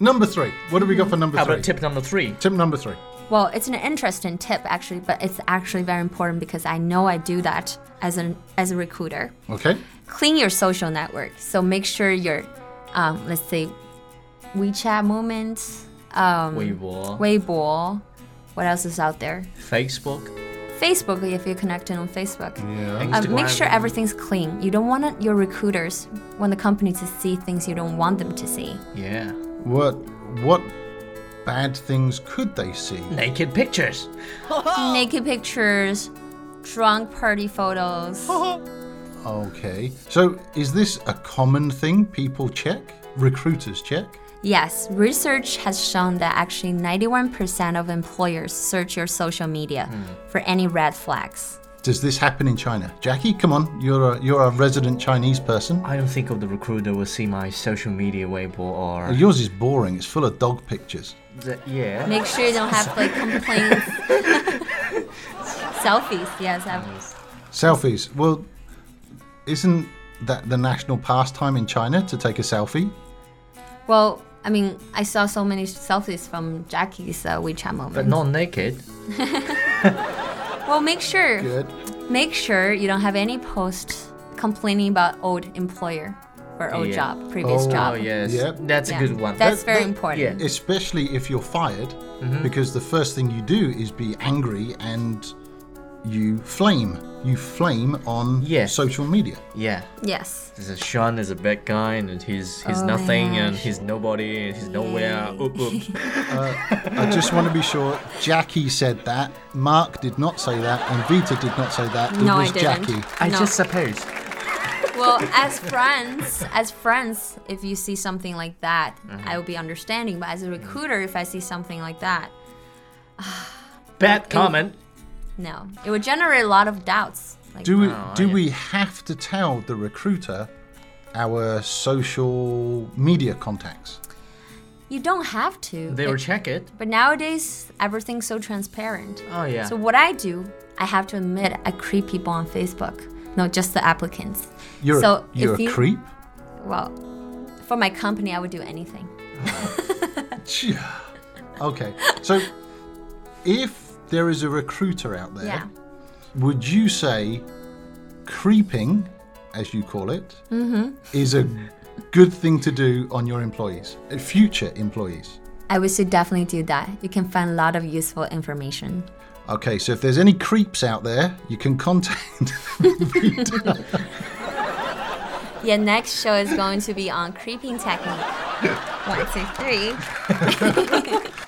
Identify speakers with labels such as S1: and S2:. S1: Number three. What do we got for number
S2: How
S1: three?
S2: about tip number three?
S1: Tip number three.
S3: Well, it's an interesting tip actually, but it's actually very important because I know I do that as an as a recruiter.
S1: Okay.
S3: Clean your social network. So make sure your, um, let's say, WeChat Moments, um,
S2: Weibo,
S3: Weibo, what else is out there?
S2: Facebook,
S3: Facebook if you're connected on Facebook.
S1: Yeah.
S3: Uh, make
S2: Mm, Instagram.
S3: sure everything's clean. You don't want your recruiters, want the company to see things you don't want them to see.
S2: Yeah.
S1: What what bad things could they see?
S2: Naked pictures. Oh.
S3: Naked pictures, drunk party photos.
S1: Okay. So is this a common thing people check? Recruiters check?
S3: Yes, research has shown that actually 91% of employers search your social media
S2: Hmm.
S3: for any red flags.
S1: Does this happen in China? Jackie, come on. You're a, you're a resident Chinese person.
S2: I don't think of the recruiter will see my social media Weibo or
S1: Yours is boring. It's full of dog pictures.
S2: the, yeah.
S3: Make sure you don't have like complaints. Selfies, yes. I've,
S1: Selfies. Well, isn't that the national pastime in China to take a selfie?
S3: well, I mean, I saw so many selfies from Jackie's uh, WeChat moment.
S2: But not naked.
S3: well, make sure,
S1: Good.
S3: make sure you don't have any posts complaining about old employer or old
S2: Yeah.
S3: job, previous
S1: Oh,
S3: job.
S2: Oh yes.
S1: Yep.
S2: That's
S3: Yeah,
S2: a good one.
S3: That's
S1: That-
S3: very
S1: that-
S3: important.
S2: yeah.
S1: especially if you're fired, because the first thing you do is be angry and you flame. You flame on
S2: Yeah.
S1: social media.
S2: yeah.
S3: Yes.
S2: This is Sean is a bad guy and he's he's
S3: Oh my
S2: nothing and
S3: gosh.
S2: he's nobody and he's nowhere. Oop, oop.
S1: I just want to be sure Jackie said that, Mark did not say that, and Vita did not say that. It
S3: No, I
S1: was
S3: didn't.
S1: Jackie.
S2: I
S3: No.
S2: just suppose.
S3: well as friends as friends if you see something like that
S1: Mm-hmm.
S3: i will be understanding but as a recruiter if i see something like that
S2: Bad comment.
S3: no it would generate a lot of doubts like
S1: Do we,
S2: Oh,
S1: do
S2: yeah.
S1: we have to tell the recruiter our social media contacts?
S3: you don't have to
S2: They will
S3: It-
S2: check it.
S3: but nowadays everything's so transparent
S2: Oh yeah.
S3: so what i do i have to admit i creep people on facebook no just the applicants
S1: You're,
S3: So
S1: a, you're
S3: if
S1: a
S3: you-
S1: creep?
S3: well for my company i would do anything
S1: Gee. okay. So if there is a recruiter out there,
S3: yeah
S1: would you say creeping, as you call it, is a good thing to do on your employees, uh, future employees?
S3: i would say definitely do that you can find a lot of useful information
S1: Okay, so if there's any creeps out there, you can contact.
S3: Your next show is going to be on creeping technique. One, two, three.